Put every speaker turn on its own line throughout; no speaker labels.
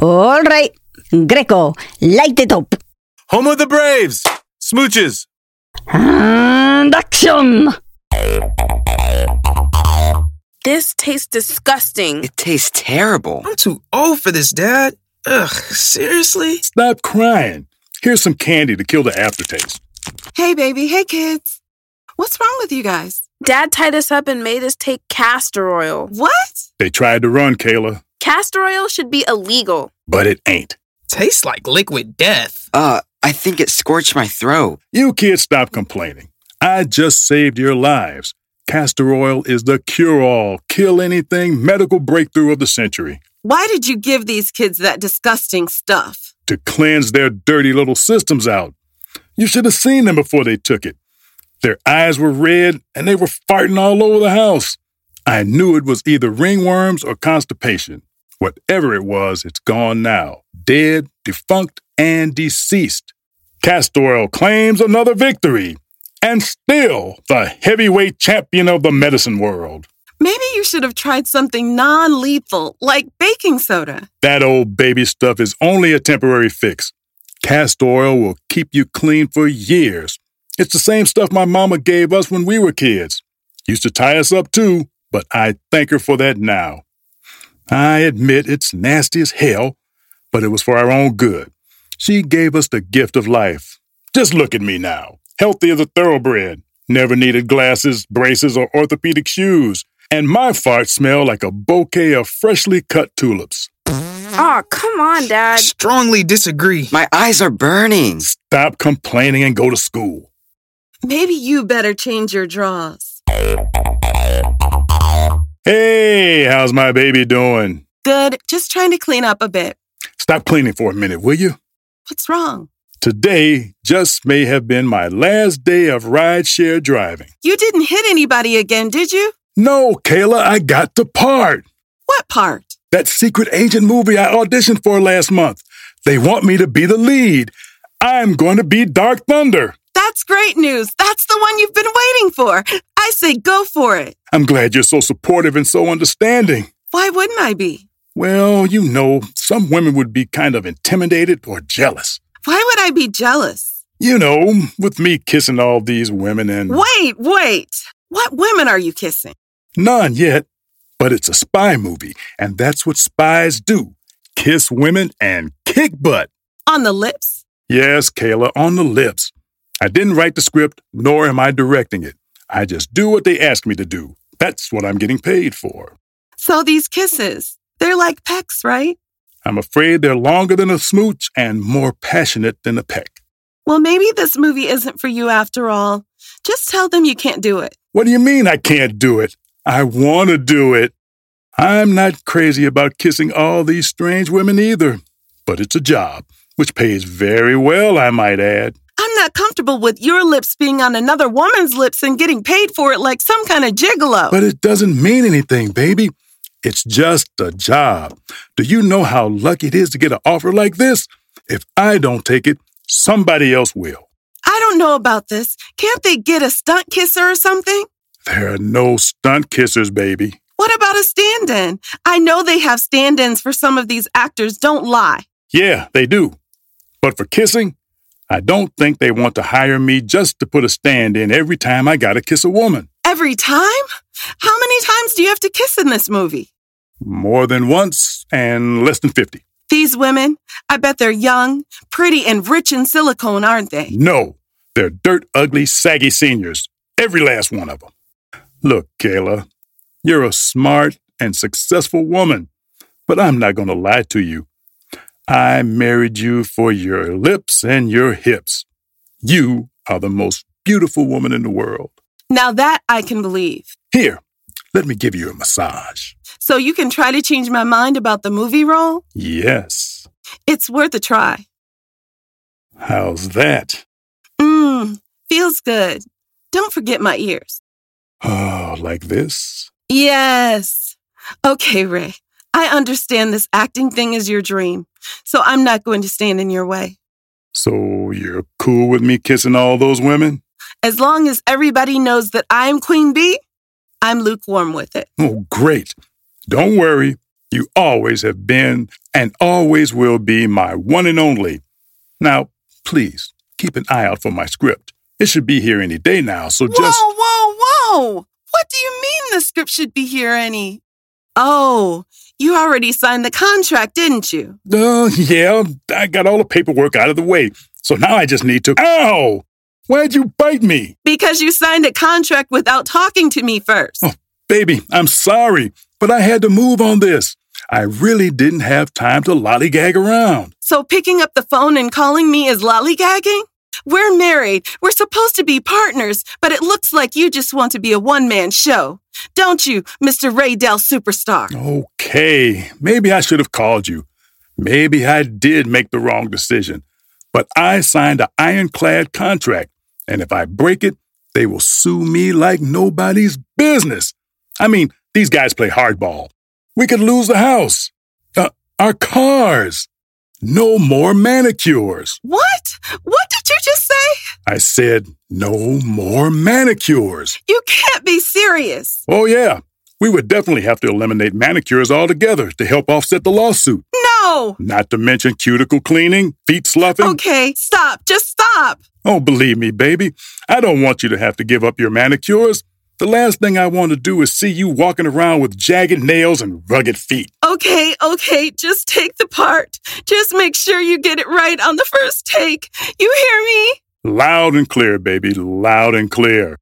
All right. Greco, light it up.
Home of the Braves! Smooches!
And action!
This tastes disgusting.
It tastes terrible.
I'm too old for this, Dad. Ugh, seriously?
Stop crying. Here's some candy to kill the aftertaste.
Hey, baby. Hey, kids. What's wrong with you guys?
Dad tied us up and made us take castor oil.
What?
They tried to run, Kayla,
Castor oil should be illegal.
but it ain't.
Tastes like liquid death.
Uh, I think it scorched my throat.
You kids stop complaining. I just saved your lives. Castor oil is the cure all, kill anything medical breakthrough of the century
Why did you give these kids that disgusting stuff?
to cleanse their dirty little systems out. You should have seen them before they took it. Their eyes were red and they were farting all over the house. I knew it was either ringworms or constipation. Whatever it was, it's gone now. Dead, defunct, and deceased. Castor oil claims another victory and still the heavyweight champion of the medicine world.
Maybe you should have tried something non lethal, like baking soda.
That old baby stuff is only a temporary fix. Castor oil will keep you clean for years. It's the same stuff my mama gave us when we were kids. Used to tie us up too, but I thank her for that now. I admit it's nasty as hell, but it was for our own good. She gave us the gift of life. Just look at me now, healthy as a thoroughbred. Never needed glasses, braces, or orthopedic shoes. And my farts smell like a bouquet of freshly cut tulips.
Aw, come on, Dad.
Strongly disagree.
My eyes are burning.
Stop complaining and go to school.
Maybe you better change your draws.
Hey, how's my baby doing?
Good, just trying to clean up a bit.
Stop cleaning for a minute, will you?
What's wrong?
Today just may have been my last day of rideshare driving.
You didn't hit anybody again, did you?
No, Kayla, I got the part.
What part?
That secret agent movie I auditioned for last month. They want me to be the lead. I'm going to be Dark Thunder.
That's great news. That's the one you've been waiting for. I say go for it.
I'm glad you're so supportive and so understanding.
Why wouldn't I be?
Well, you know, some women would be kind of intimidated or jealous.
Why would I be jealous?
You know, with me kissing all these women and.
Wait, wait. What women are you kissing?
None yet, but it's a spy movie, and that's what spies do kiss women and kick butt.
On the lips?
Yes, Kayla, on the lips. I didn't write the script, nor am I directing it. I just do what they ask me to do. That's what I'm getting paid for.
So these kisses, they're like pecks, right?
I'm afraid they're longer than a smooch and more passionate than a peck.
Well, maybe this movie isn't for you after all. Just tell them you can't do it.
What do you mean I can't do it? I want to do it. I'm not crazy about kissing all these strange women either, but it's a job, which pays very well, I might add.
I'm not comfortable with your lips being on another woman's lips and getting paid for it like some kind of gigolo.
But it doesn't mean anything, baby. It's just a job. Do you know how lucky it is to get an offer like this? If I don't take it, somebody else will.
I don't know about this. Can't they get a stunt kisser or something?
There are no stunt kissers, baby.
What about a stand in? I know they have stand ins for some of these actors, don't lie.
Yeah, they do. But for kissing, I don't think they want to hire me just to put a stand in every time I gotta kiss a woman.
Every time? How many times do you have to kiss in this movie?
More than once and less than 50.
These women, I bet they're young, pretty, and rich in silicone, aren't they?
No, they're dirt ugly, saggy seniors. Every last one of them. Look, Kayla, you're a smart and successful woman, but I'm not going to lie to you. I married you for your lips and your hips. You are the most beautiful woman in the world.
Now that I can believe.
Here, let me give you a massage.
So you can try to change my mind about the movie role?
Yes.
It's worth a try.
How's that?
Mmm, feels good. Don't forget my ears.
Oh, like this?
Yes. Okay, Ray. I understand this acting thing is your dream, so I'm not going to stand in your way.
So you're cool with me kissing all those women?
As long as everybody knows that I'm Queen Bee, I'm lukewarm with it.
Oh, great. Don't worry. You always have been and always will be my one and only. Now, please keep an eye out for my script. It should be here any day now, so just.
Whoa, whoa, whoa! What do you mean the script should be here any? Oh, you already signed the contract, didn't you?
Uh, yeah, I got all the paperwork out of the way, so now I just need to. Ow! Why'd you bite me?
Because you signed a contract without talking to me first.
Baby, I'm sorry, but I had to move on this. I really didn't have time to lollygag around.
So picking up the phone and calling me is lollygagging? We're married. We're supposed to be partners, but it looks like you just want to be a one man show. Don't you, Mr. Ray Dell Superstar?
Okay, maybe I should have called you. Maybe I did make the wrong decision. But I signed an ironclad contract, and if I break it, they will sue me like nobody's business. I mean, these guys play hardball. We could lose the house, uh, our cars. No more manicures.
What? What did you just say?
I said, no more manicures.
You can't be serious.
Oh, yeah. We would definitely have to eliminate manicures altogether to help offset the lawsuit.
No!
Not to mention cuticle cleaning, feet sloughing.
Okay, stop. Just stop.
Oh, believe me, baby, I don't want you to have to give up your manicures. The last thing I want to do is see you walking around with jagged nails and rugged feet.
Okay, okay, just take the part. Just make sure you get it right on the first take. You hear me?
Loud and clear, baby, loud and clear.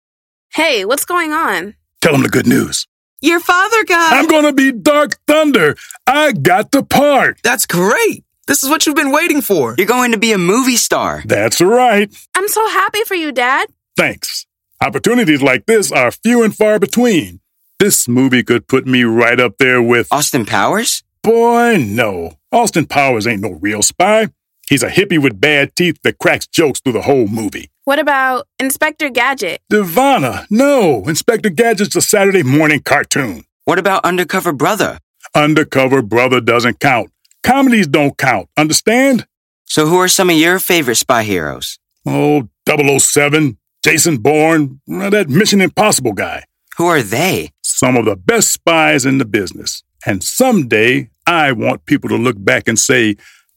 Hey, what's going on?
Tell them the good news.
Your father got.
I'm going to be Dark Thunder. I got the part.
That's great. This is what you've been waiting for.
You're going to be a movie star.
That's right.
I'm so happy for you, Dad.
Thanks. Opportunities like this are few and far between. This movie could put me right up there with.
Austin Powers?
Boy, no. Austin Powers ain't no real spy. He's a hippie with bad teeth that cracks jokes through the whole movie.
What about Inspector Gadget?
Divana, no. Inspector Gadget's a Saturday morning cartoon.
What about Undercover Brother?
Undercover brother doesn't count. Comedies don't count. Understand?
So, who are some of your favorite spy heroes?
Oh, 007, Jason Bourne, uh, that Mission Impossible guy.
Who are they?
Some of the best spies in the business. And someday, I want people to look back and say,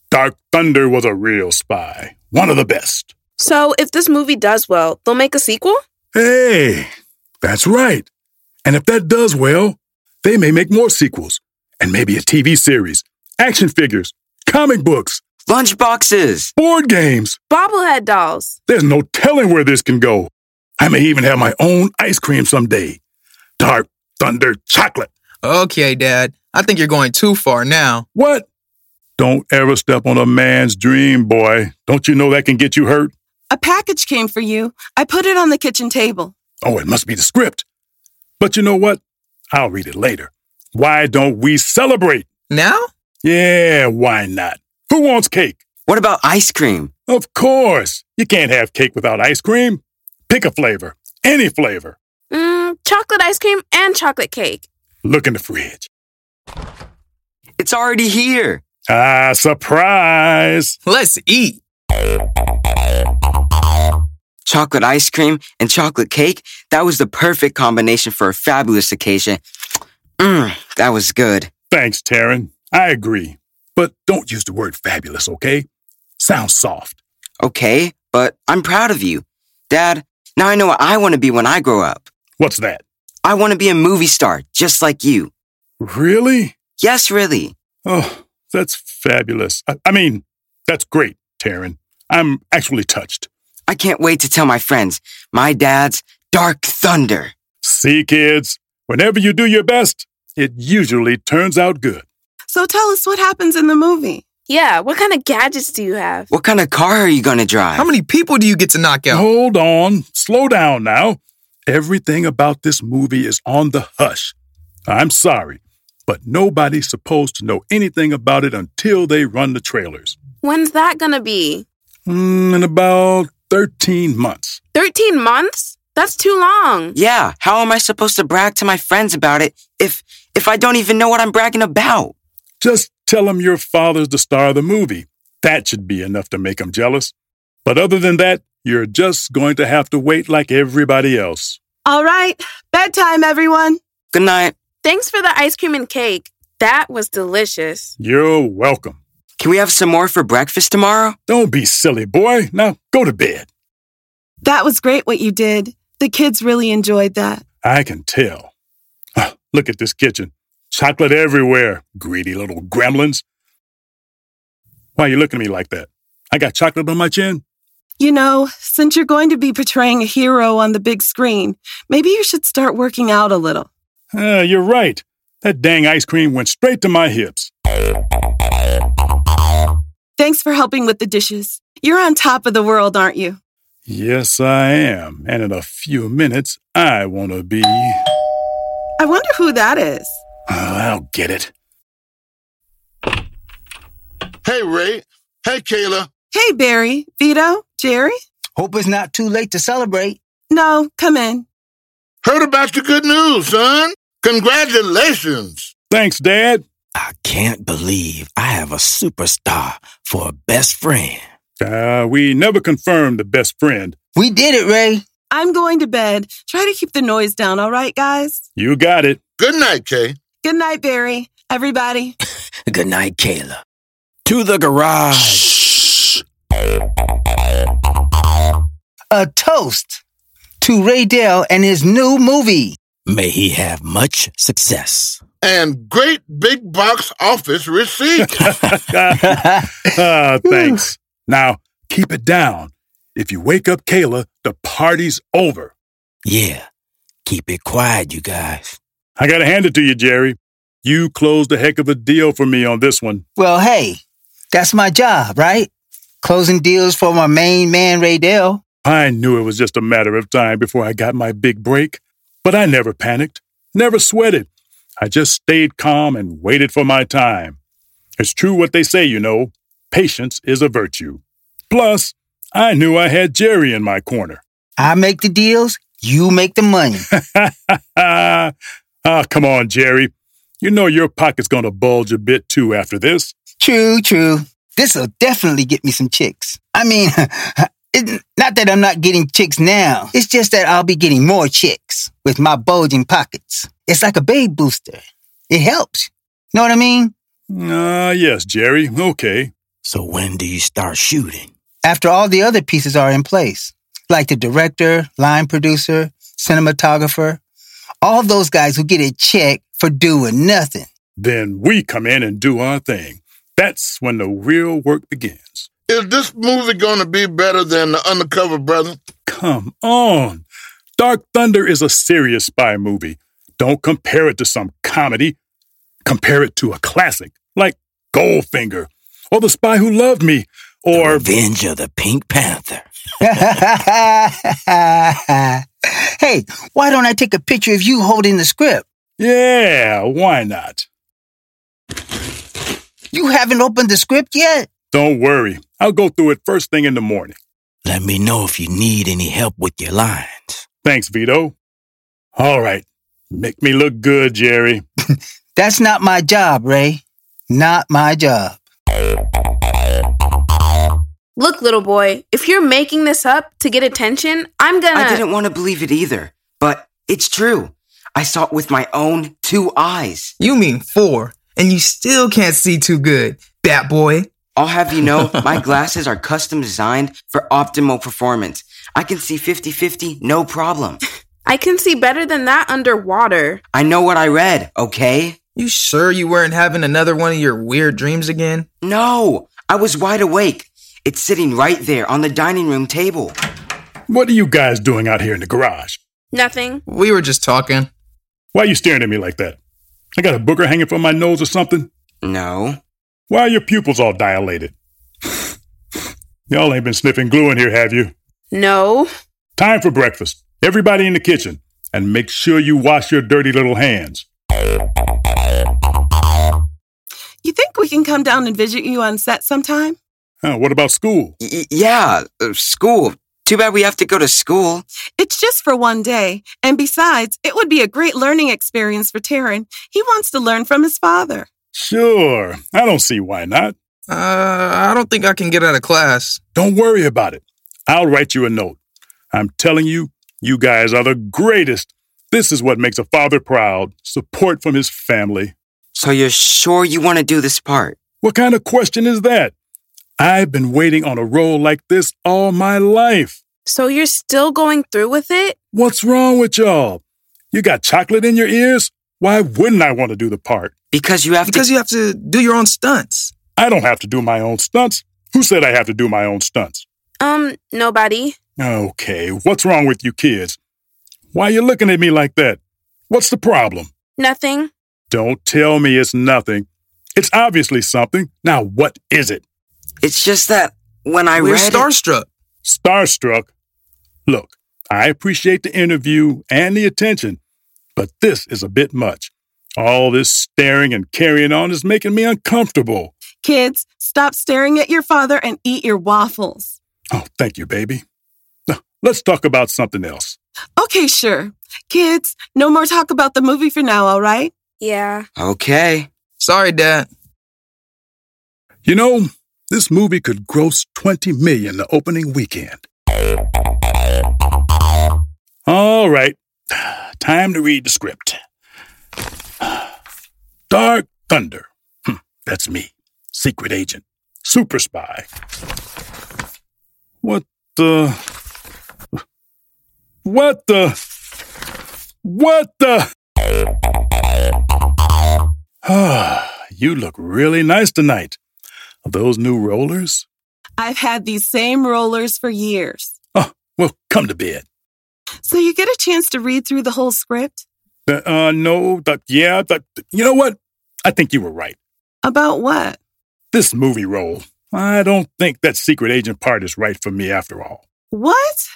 Dark Thunder was a real spy. One of the best.
So, if this movie does well, they'll make a sequel?
Hey, that's right. And if that does well, they may make more sequels, and maybe a TV series, action figures, comic books,
Lunchboxes.
board games.
Bobblehead dolls.
There's no telling where this can go. I may even have my own ice cream someday. Dark Thunder Chocolate.
Okay, Dad. I think you're going too far now.
What? Don't ever step on a man's dream, boy. Don't you know that can get you hurt?
A package came for you. I put it on the kitchen table.
Oh, it must be the script. But you know what? I'll read it later. Why don't we celebrate?
Now?
Yeah, why not? Who wants cake?
What about ice cream?
Of course. You can't have cake without ice cream. Pick a flavor, any flavor.
Mm, chocolate ice cream and chocolate cake.
Look in the fridge.
It's already here.
Ah, surprise.
Let's eat.
Chocolate ice cream and chocolate cake. That was the perfect combination for a fabulous occasion. Mmm, that was good.
Thanks, Taryn. I agree. But don't use the word fabulous, okay? Sounds soft.
Okay, but I'm proud of you. Dad, now I know what I want to be when I grow up.
What's that?
I want to be a movie star, just like you.
Really?
Yes, really.
Oh, that's fabulous. I, I mean, that's great, Taryn. I'm actually touched.
I can't wait to tell my friends my dad's Dark Thunder.
See, kids, whenever you do your best, it usually turns out good.
So tell us what happens in the movie.
Yeah, what kind of gadgets do you have?
What kind of car are you going to drive?
How many people do you get to knock out?
Hold on. Slow down now. Everything about this movie is on the hush. I'm sorry, but nobody's supposed to know anything about it until they run the trailers.
When's that gonna be?
Mm, in about 13 months.
13 months? That's too long.
yeah, how am I supposed to brag to my friends about it if if I don't even know what I'm bragging about?
Just tell them your father's the star of the movie. That should be enough to make them jealous. But other than that, you're just going to have to wait like everybody else.
All right, bedtime, everyone.
Good night.
Thanks for the ice cream and cake. That was delicious.
You're welcome.
Can we have some more for breakfast tomorrow?
Don't be silly, boy. Now go to bed.
That was great what you did. The kids really enjoyed that.
I can tell. Ah, Look at this kitchen. Chocolate everywhere. Greedy little gremlins. Why you looking at me like that? I got chocolate on my chin?
You know, since you're going to be portraying a hero on the big screen, maybe you should start working out a little.
Ah, you're right. That dang ice cream went straight to my hips.
Thanks for helping with the dishes. You're on top of the world, aren't you?
Yes, I am. And in a few minutes, I want to be.
I wonder who that is.
Oh, I'll get it.
Hey, Ray. Hey, Kayla.
Hey, Barry, Vito, Jerry?
Hope it's not too late to celebrate.
No, come in.
Heard about the good news, son. Congratulations.
Thanks, Dad.
I can't believe I have a superstar for a best friend.
Uh, we never confirmed the best friend.
We did it, Ray.
I'm going to bed. Try to keep the noise down, all right, guys?
You got it.
Good night, Kay.
Good night, Barry. Everybody.
Good night, Kayla. To the garage. A toast to Ray Dell and his new movie. May he have much success.
And great big box office receipt.
Ah, thanks. Now, keep it down. If you wake up Kayla, the party's over.
yeah, keep it quiet, you guys.
I gotta hand it to you, Jerry. You closed a heck of a deal for me on this one.
Well, hey, that's my job, right? Closing deals for my main man, Ray Dell.
I knew it was just a matter of time before I got my big break, but I never panicked, never sweated. I just stayed calm and waited for my time. It's true what they say, you know patience is a virtue. Plus, I knew I had Jerry in my corner.
I make the deals, you make the money.
ah, come on, Jerry. You know your pocket's gonna bulge a bit too after this.
true, true. This'll definitely get me some chicks. I mean, it, not that I'm not getting chicks now, it's just that I'll be getting more chicks with my bulging pockets. It's like a babe booster. It helps. Know what I mean?
Ah, yes, Jerry. Okay.
So when do you start shooting?
After all the other pieces are in place, like the director, line producer, cinematographer, all those guys who get a check for doing nothing.
Then we come in and do our thing. That's when the real work begins.
Is this movie going to be better than The Undercover Brother?
Come on. Dark Thunder is a serious spy movie. Don't compare it to some comedy. Compare it to a classic like Goldfinger or The Spy Who Loved Me
The
or
Revenge of the Pink Panther.
hey, why don't I take a picture of you holding the script?
Yeah, why not?
You haven't opened the script yet?
Don't worry. I'll go through it first thing in the morning.
Let me know if you need any help with your lines.
Thanks, Vito. All right. Make me look good, Jerry.
That's not my job, Ray. Not my job.
Look, little boy, if you're making this up to get attention, I'm gonna.
I didn't want to believe it either, but it's true. I saw it with my own two eyes.
You mean four, and you still can't see too good, Bat Boy.
I'll have you know, my glasses are custom designed for optimal performance. I can see 50 50, no problem.
I can see better than that underwater.
I know what I read, okay?
You sure you weren't having another one of your weird dreams again?
No, I was wide awake. It's sitting right there on the dining room table.
What are you guys doing out here in the garage?
Nothing.
We were just talking.
Why are you staring at me like that? I got a booger hanging from my nose or something?
No.
Why are your pupils all dilated? Y'all ain't been sniffing glue in here, have you?
No.
Time for breakfast. Everybody in the kitchen. And make sure you wash your dirty little hands.
You think we can come down and visit you on set sometime?
Huh, what about school?
Y- y- yeah, uh, school. Too bad we have to go to school.
It's just for one day. And besides, it would be a great learning experience for Taryn. He wants to learn from his father.
Sure. I don't see why not.
Uh, I don't think I can get out of class.
Don't worry about it. I'll write you a note. I'm telling you, you guys are the greatest. This is what makes a father proud support from his family.
So you're sure you want to do this part?
What kind of question is that? I've been waiting on a role like this all my life.
So you're still going through with it?
What's wrong with y'all? You got chocolate in your ears? Why wouldn't I want to do the part?
Because you have
Because you have to do your own stunts.
I don't have to do my own stunts. Who said I have to do my own stunts?
Um, nobody.
Okay, what's wrong with you kids? Why you looking at me like that? What's the problem?
Nothing.
Don't tell me it's nothing. It's obviously something. Now, what is it?
It's just that when I
We're
read it-
starstruck.
Starstruck. Look, I appreciate the interview and the attention, but this is a bit much. All this staring and carrying on is making me uncomfortable.
Kids, stop staring at your father and eat your waffles.
Oh, thank you, baby. Now, Let's talk about something else.
Okay, sure. Kids, no more talk about the movie for now, all right?
Yeah.
okay.
Sorry, Dad.
You know, this movie could gross 20 million the opening weekend. All right. Time to read the script. Dark Thunder. Hmm, That's me. Secret agent. Super spy. What the What the What the Ah, you look really nice tonight. Are those new rollers?
I've had these same rollers for years.
Oh, well, come to bed.
So you get a chance to read through the whole script?
Uh, uh, no, that, yeah, that, you know what? I think you were right.
About what?
This movie role, I don't think that secret agent part is right for me after all.
What?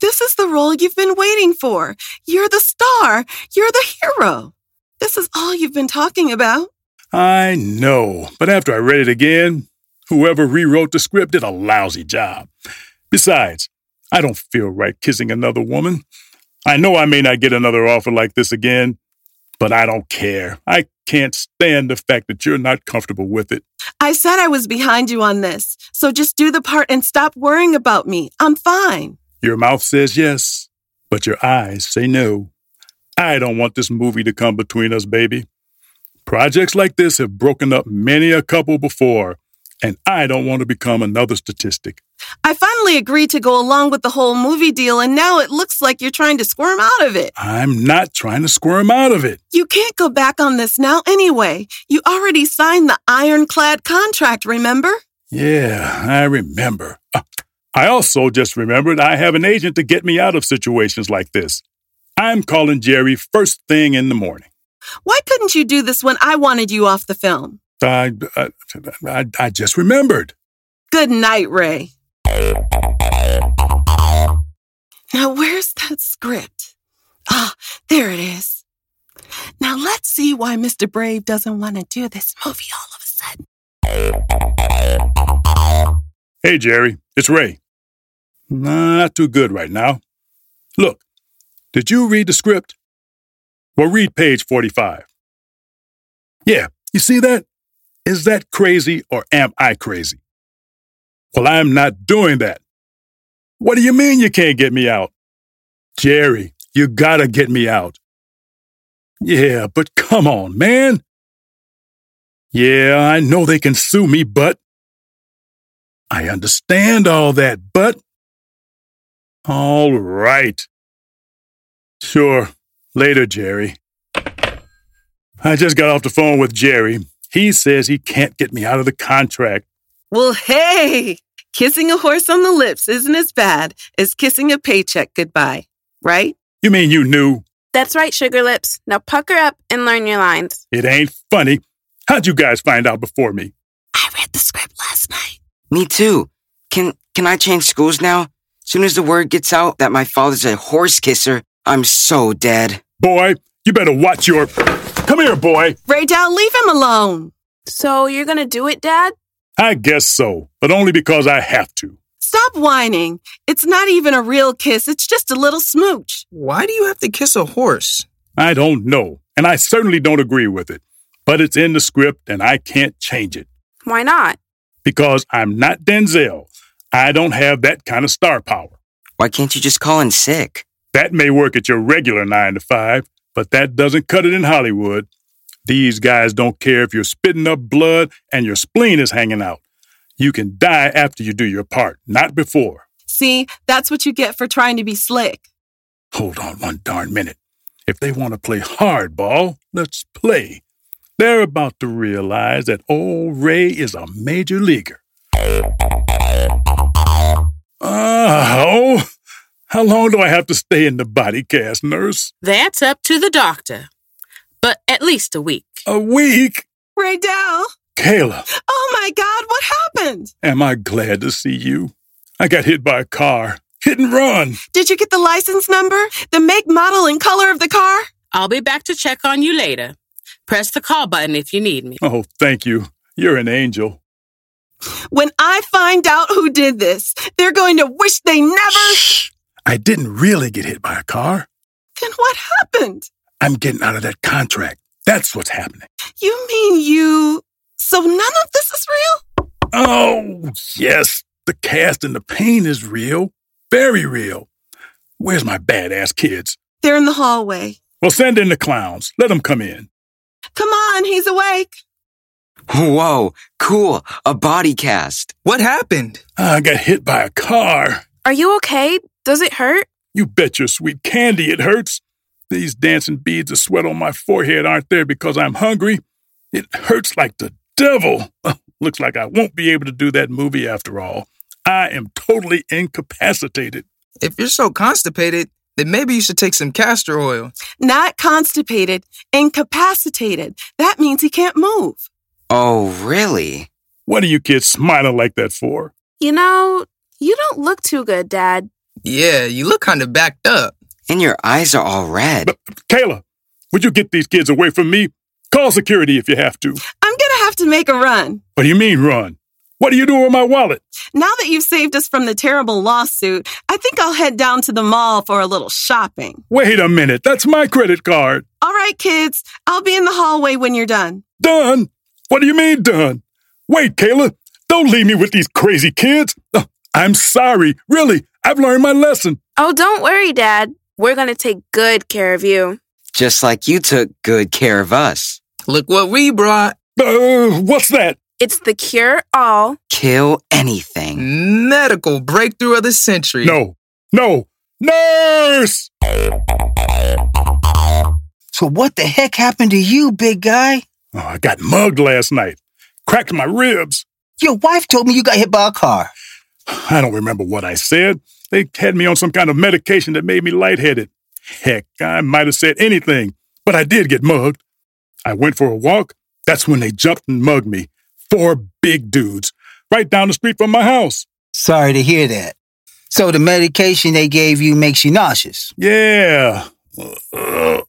This is the role you've been waiting for. You're the star. You're the hero. This is all you've been talking about.
I know, but after I read it again, whoever rewrote the script did a lousy job. Besides, I don't feel right kissing another woman. I know I may not get another offer like this again, but I don't care. I can't stand the fact that you're not comfortable with it.
I said I was behind you on this. So just do the part and stop worrying about me. I'm fine.
Your mouth says yes, but your eyes say no. I don't want this movie to come between us, baby. Projects like this have broken up many a couple before, and I don't want to become another statistic.
I finally agreed to go along with the whole movie deal, and now it looks like you're trying to squirm out of it.
I'm not trying to squirm out of it.
You can't go back on this now anyway. You already signed the ironclad contract, remember?
Yeah, I remember. Uh, I also just remembered I have an agent to get me out of situations like this. I'm calling Jerry first thing in the morning.
Why couldn't you do this when I wanted you off the film?
I, I, I, I just remembered.
Good night, Ray. Now, where's that script? Ah, there it is. Now, let's see why Mr. Brave doesn't want to do this movie all of a sudden.
Hey, Jerry, it's Ray. Not too good right now. Look, did you read the script? Well, read page 45. Yeah, you see that? Is that crazy or am I crazy? Well, I'm not doing that. What do you mean you can't get me out? Jerry, you gotta get me out. Yeah, but come on, man. Yeah, I know they can sue me, but. I understand all that, but. All right. Sure. Later, Jerry. I just got off the phone with Jerry. He says he can't get me out of the contract.
Well, hey, kissing a horse on the lips isn't as bad as kissing a paycheck goodbye, right?
You mean you knew?
That's right, Sugar Lips. Now pucker up and learn your lines.
It ain't funny. How'd you guys find out before me?
I read the script last night.
Me too. Can can I change schools now? Soon as the word gets out that my father's a horse kisser, I'm so dead.
Boy, you better watch your. Come here, boy.
Ray Dow, leave him alone.
So you're gonna do it, Dad?
I guess so, but only because I have to.
Stop whining. It's not even a real kiss, it's just a little smooch.
Why do you have to kiss a horse?
I don't know, and I certainly don't agree with it. But it's in the script, and I can't change it
Why not?
because I'm not Denzel. I don't have that kind of star power.
Why can't you just call in sick?
That may work at your regular nine to five, but that doesn't cut it in Hollywood. These guys don't care if you're spitting up blood and your spleen is hanging out. You can die after you do your part, not before.
See, that's what you get for trying to be slick.
Hold on one darn minute. If they want to play hardball, let's play. They're about to realize that old Ray is a major leaguer. Oh, how long do I have to stay in the body cast, nurse?
That's up to the doctor. But at least a week.
A week?
Ray Dell.
Kayla,
Oh my God, what happened?
am I glad to see you? I got hit by a car. Hit and run.
Did you get the license number, the make, model, and color of the car?
I'll be back to check on you later. Press the call button if you need me.
Oh, thank you. You're an angel.
When I find out who did this, they're going to wish they never.
I didn't really get hit by a car.
Then what happened?
I'm getting out of that contract. That's what's happening.
You mean you. So none of this is real?
Oh, yes. The cast and the pain is real. Very real. Where's my badass kids?
They're in the hallway.
Well, send in the clowns. Let them come in.
Come on, he's awake.
Whoa, cool. A body cast.
What happened?
I got hit by a car.
Are you okay? Does it hurt?
You bet your sweet candy it hurts. These dancing beads of sweat on my forehead aren't there because I'm hungry. It hurts like the devil. Looks like I won't be able to do that movie after all. I am totally incapacitated.
If you're so constipated, then maybe you should take some castor oil.
Not constipated, incapacitated. That means he can't move.
Oh, really?
What are you kids smiling like that for?
You know, you don't look too good, Dad.
Yeah, you look kind of backed up.
And your eyes are all red.
Kayla, would you get these kids away from me? Call security if you have to.
I'm gonna have to make a run.
What do you mean, run? What are you doing with my wallet?
Now that you've saved us from the terrible lawsuit, I think I'll head down to the mall for a little shopping.
Wait a minute. That's my credit card.
All right, kids, I'll be in the hallway when you're done.
Done? What do you mean, done? Wait, Kayla. Don't leave me with these crazy kids. Ugh, I'm sorry. Really, I've learned my lesson.
Oh, don't worry, Dad. We're going to take good care of you.
Just like you took good care of us.
Look what we brought.
Uh, what's that?
It's the cure all.
Kill anything.
Medical breakthrough of the century.
No, no, nurse!
So what the heck happened to you, big guy?
Oh, I got mugged last night. Cracked my ribs.
Your wife told me you got hit by a car.
I don't remember what I said. They had me on some kind of medication that made me lightheaded. Heck, I might have said anything, but I did get mugged. I went for a walk. That's when they jumped and mugged me. Four big dudes, right down the street from my house.
Sorry to hear that. So the medication they gave you makes you nauseous.
Yeah. Uh,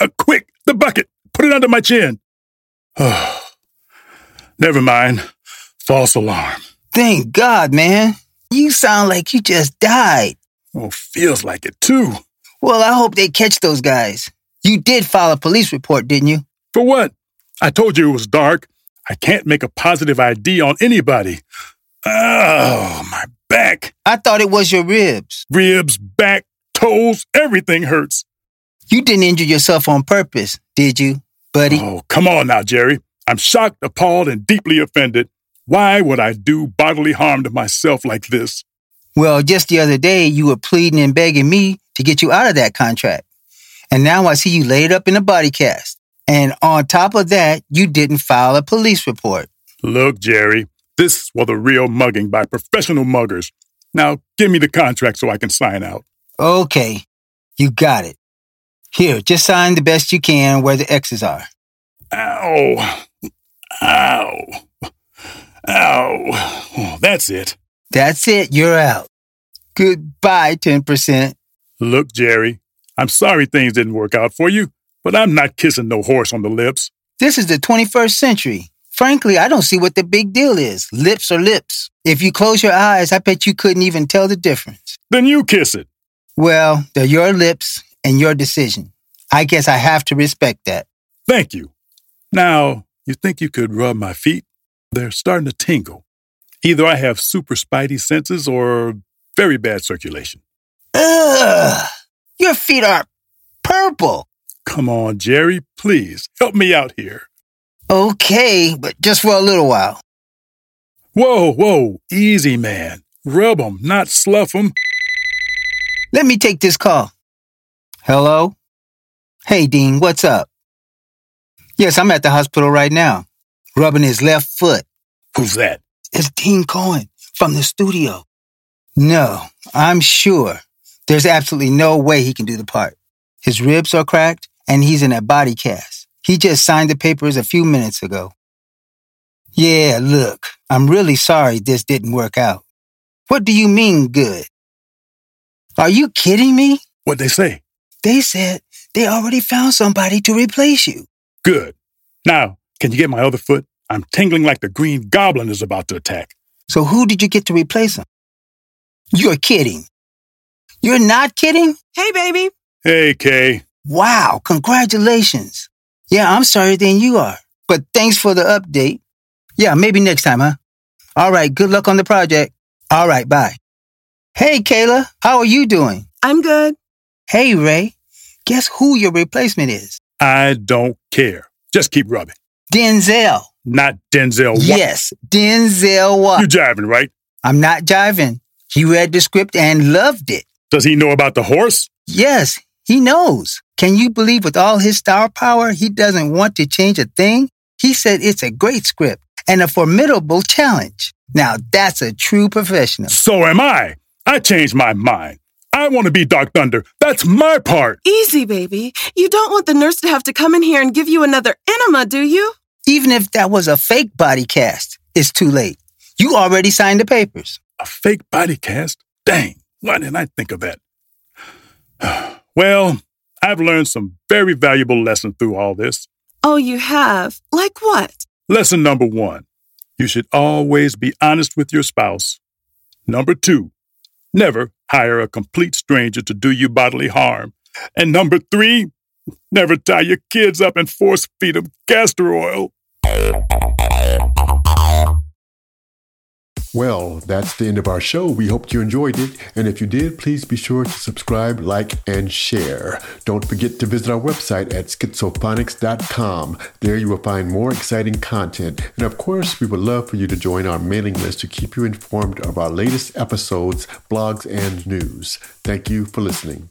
uh, quick, the bucket. Put it under my chin. Never mind. False alarm.
Thank God, man. You sound like you just died.
Oh, feels like it too.
Well, I hope they catch those guys. You did file a police report, didn't you?
For what? I told you it was dark. I can't make a positive ID on anybody. Oh, my back.
I thought it was your ribs.
Ribs, back, toes, everything hurts.
You didn't injure yourself on purpose, did you, buddy?
Oh, come on now, Jerry. I'm shocked, appalled, and deeply offended. Why would I do bodily harm to myself like this?
Well, just the other day, you were pleading and begging me to get you out of that contract. And now I see you laid up in a body cast. And on top of that, you didn't file a police report.
Look, Jerry, this was a real mugging by professional muggers. Now, give me the contract so I can sign out.
Okay, you got it. Here, just sign the best you can where the X's are.
Ow. Ow. Ow. Oh, that's it.
That's it, you're out. Goodbye, 10%.
Look, Jerry, I'm sorry things didn't work out for you, but I'm not kissing no horse on the lips.
This is the 21st century. Frankly, I don't see what the big deal is. Lips are lips. If you close your eyes, I bet you couldn't even tell the difference.
Then you kiss it.
Well, they're your lips and your decision. I guess I have to respect that.
Thank you. Now, you think you could rub my feet? They're starting to tingle. Either I have super spidey senses or very bad circulation.
Ugh! Your feet are purple.
Come on, Jerry, please help me out here.
Okay, but just for a little while.
Whoa, whoa, easy, man. Rub 'em, not slough 'em.
Let me take this call. Hello? Hey, Dean, what's up? Yes, I'm at the hospital right now, rubbing his left foot.
Who's that?
It's Dean Cohen from the studio. No, I'm sure. There's absolutely no way he can do the part. His ribs are cracked and he's in a body cast. He just signed the papers a few minutes ago. Yeah, look, I'm really sorry this didn't work out. What do you mean, good? Are you kidding me?
What'd they say?
They said they already found somebody to replace you.
Good. Now, can you get my other foot? I'm tingling like the green goblin is about to attack.
So who did you get to replace him? You're kidding. You're not kidding?
Hey, baby.
Hey, Kay.
Wow, congratulations. Yeah, I'm sorry than you are. But thanks for the update. Yeah, maybe next time, huh? All right, good luck on the project. All right, bye. Hey, Kayla, how are you doing?
I'm good.
Hey, Ray, guess who your replacement is?
I don't care. Just keep rubbing.
Denzel.
Not Denzel. Wa-
Yes, Denzel Wa-
You're jiving, right?
I'm not jiving. He read the script and loved it.
Does he know about the horse?
Yes, he knows. Can you believe with all his star power, he doesn't want to change a thing? He said it's a great script and a formidable challenge. Now that's a true professional.
So am I. I changed my mind. I want to be Dark Thunder. That's my part.
Easy, baby. You don't want the nurse to have to come in here and give you another enema, do you?
Even if that was a fake body cast, it's too late. You already signed the papers.
A fake body cast? Dang, why didn't I think of that? well, I've learned some very valuable lessons through all this.
Oh, you have. Like what?
Lesson number one you should always be honest with your spouse. Number two, never hire a complete stranger to do you bodily harm. And number three, never tie your kids up and force feed them castor oil.
Well, that's the end of our show. We hope you enjoyed it. And if you did, please be sure to subscribe, like, and share. Don't forget to visit our website at schizophonics.com. There you will find more exciting content. And of course, we would love for you to join our mailing list to keep you informed of our latest episodes, blogs, and news. Thank you for listening.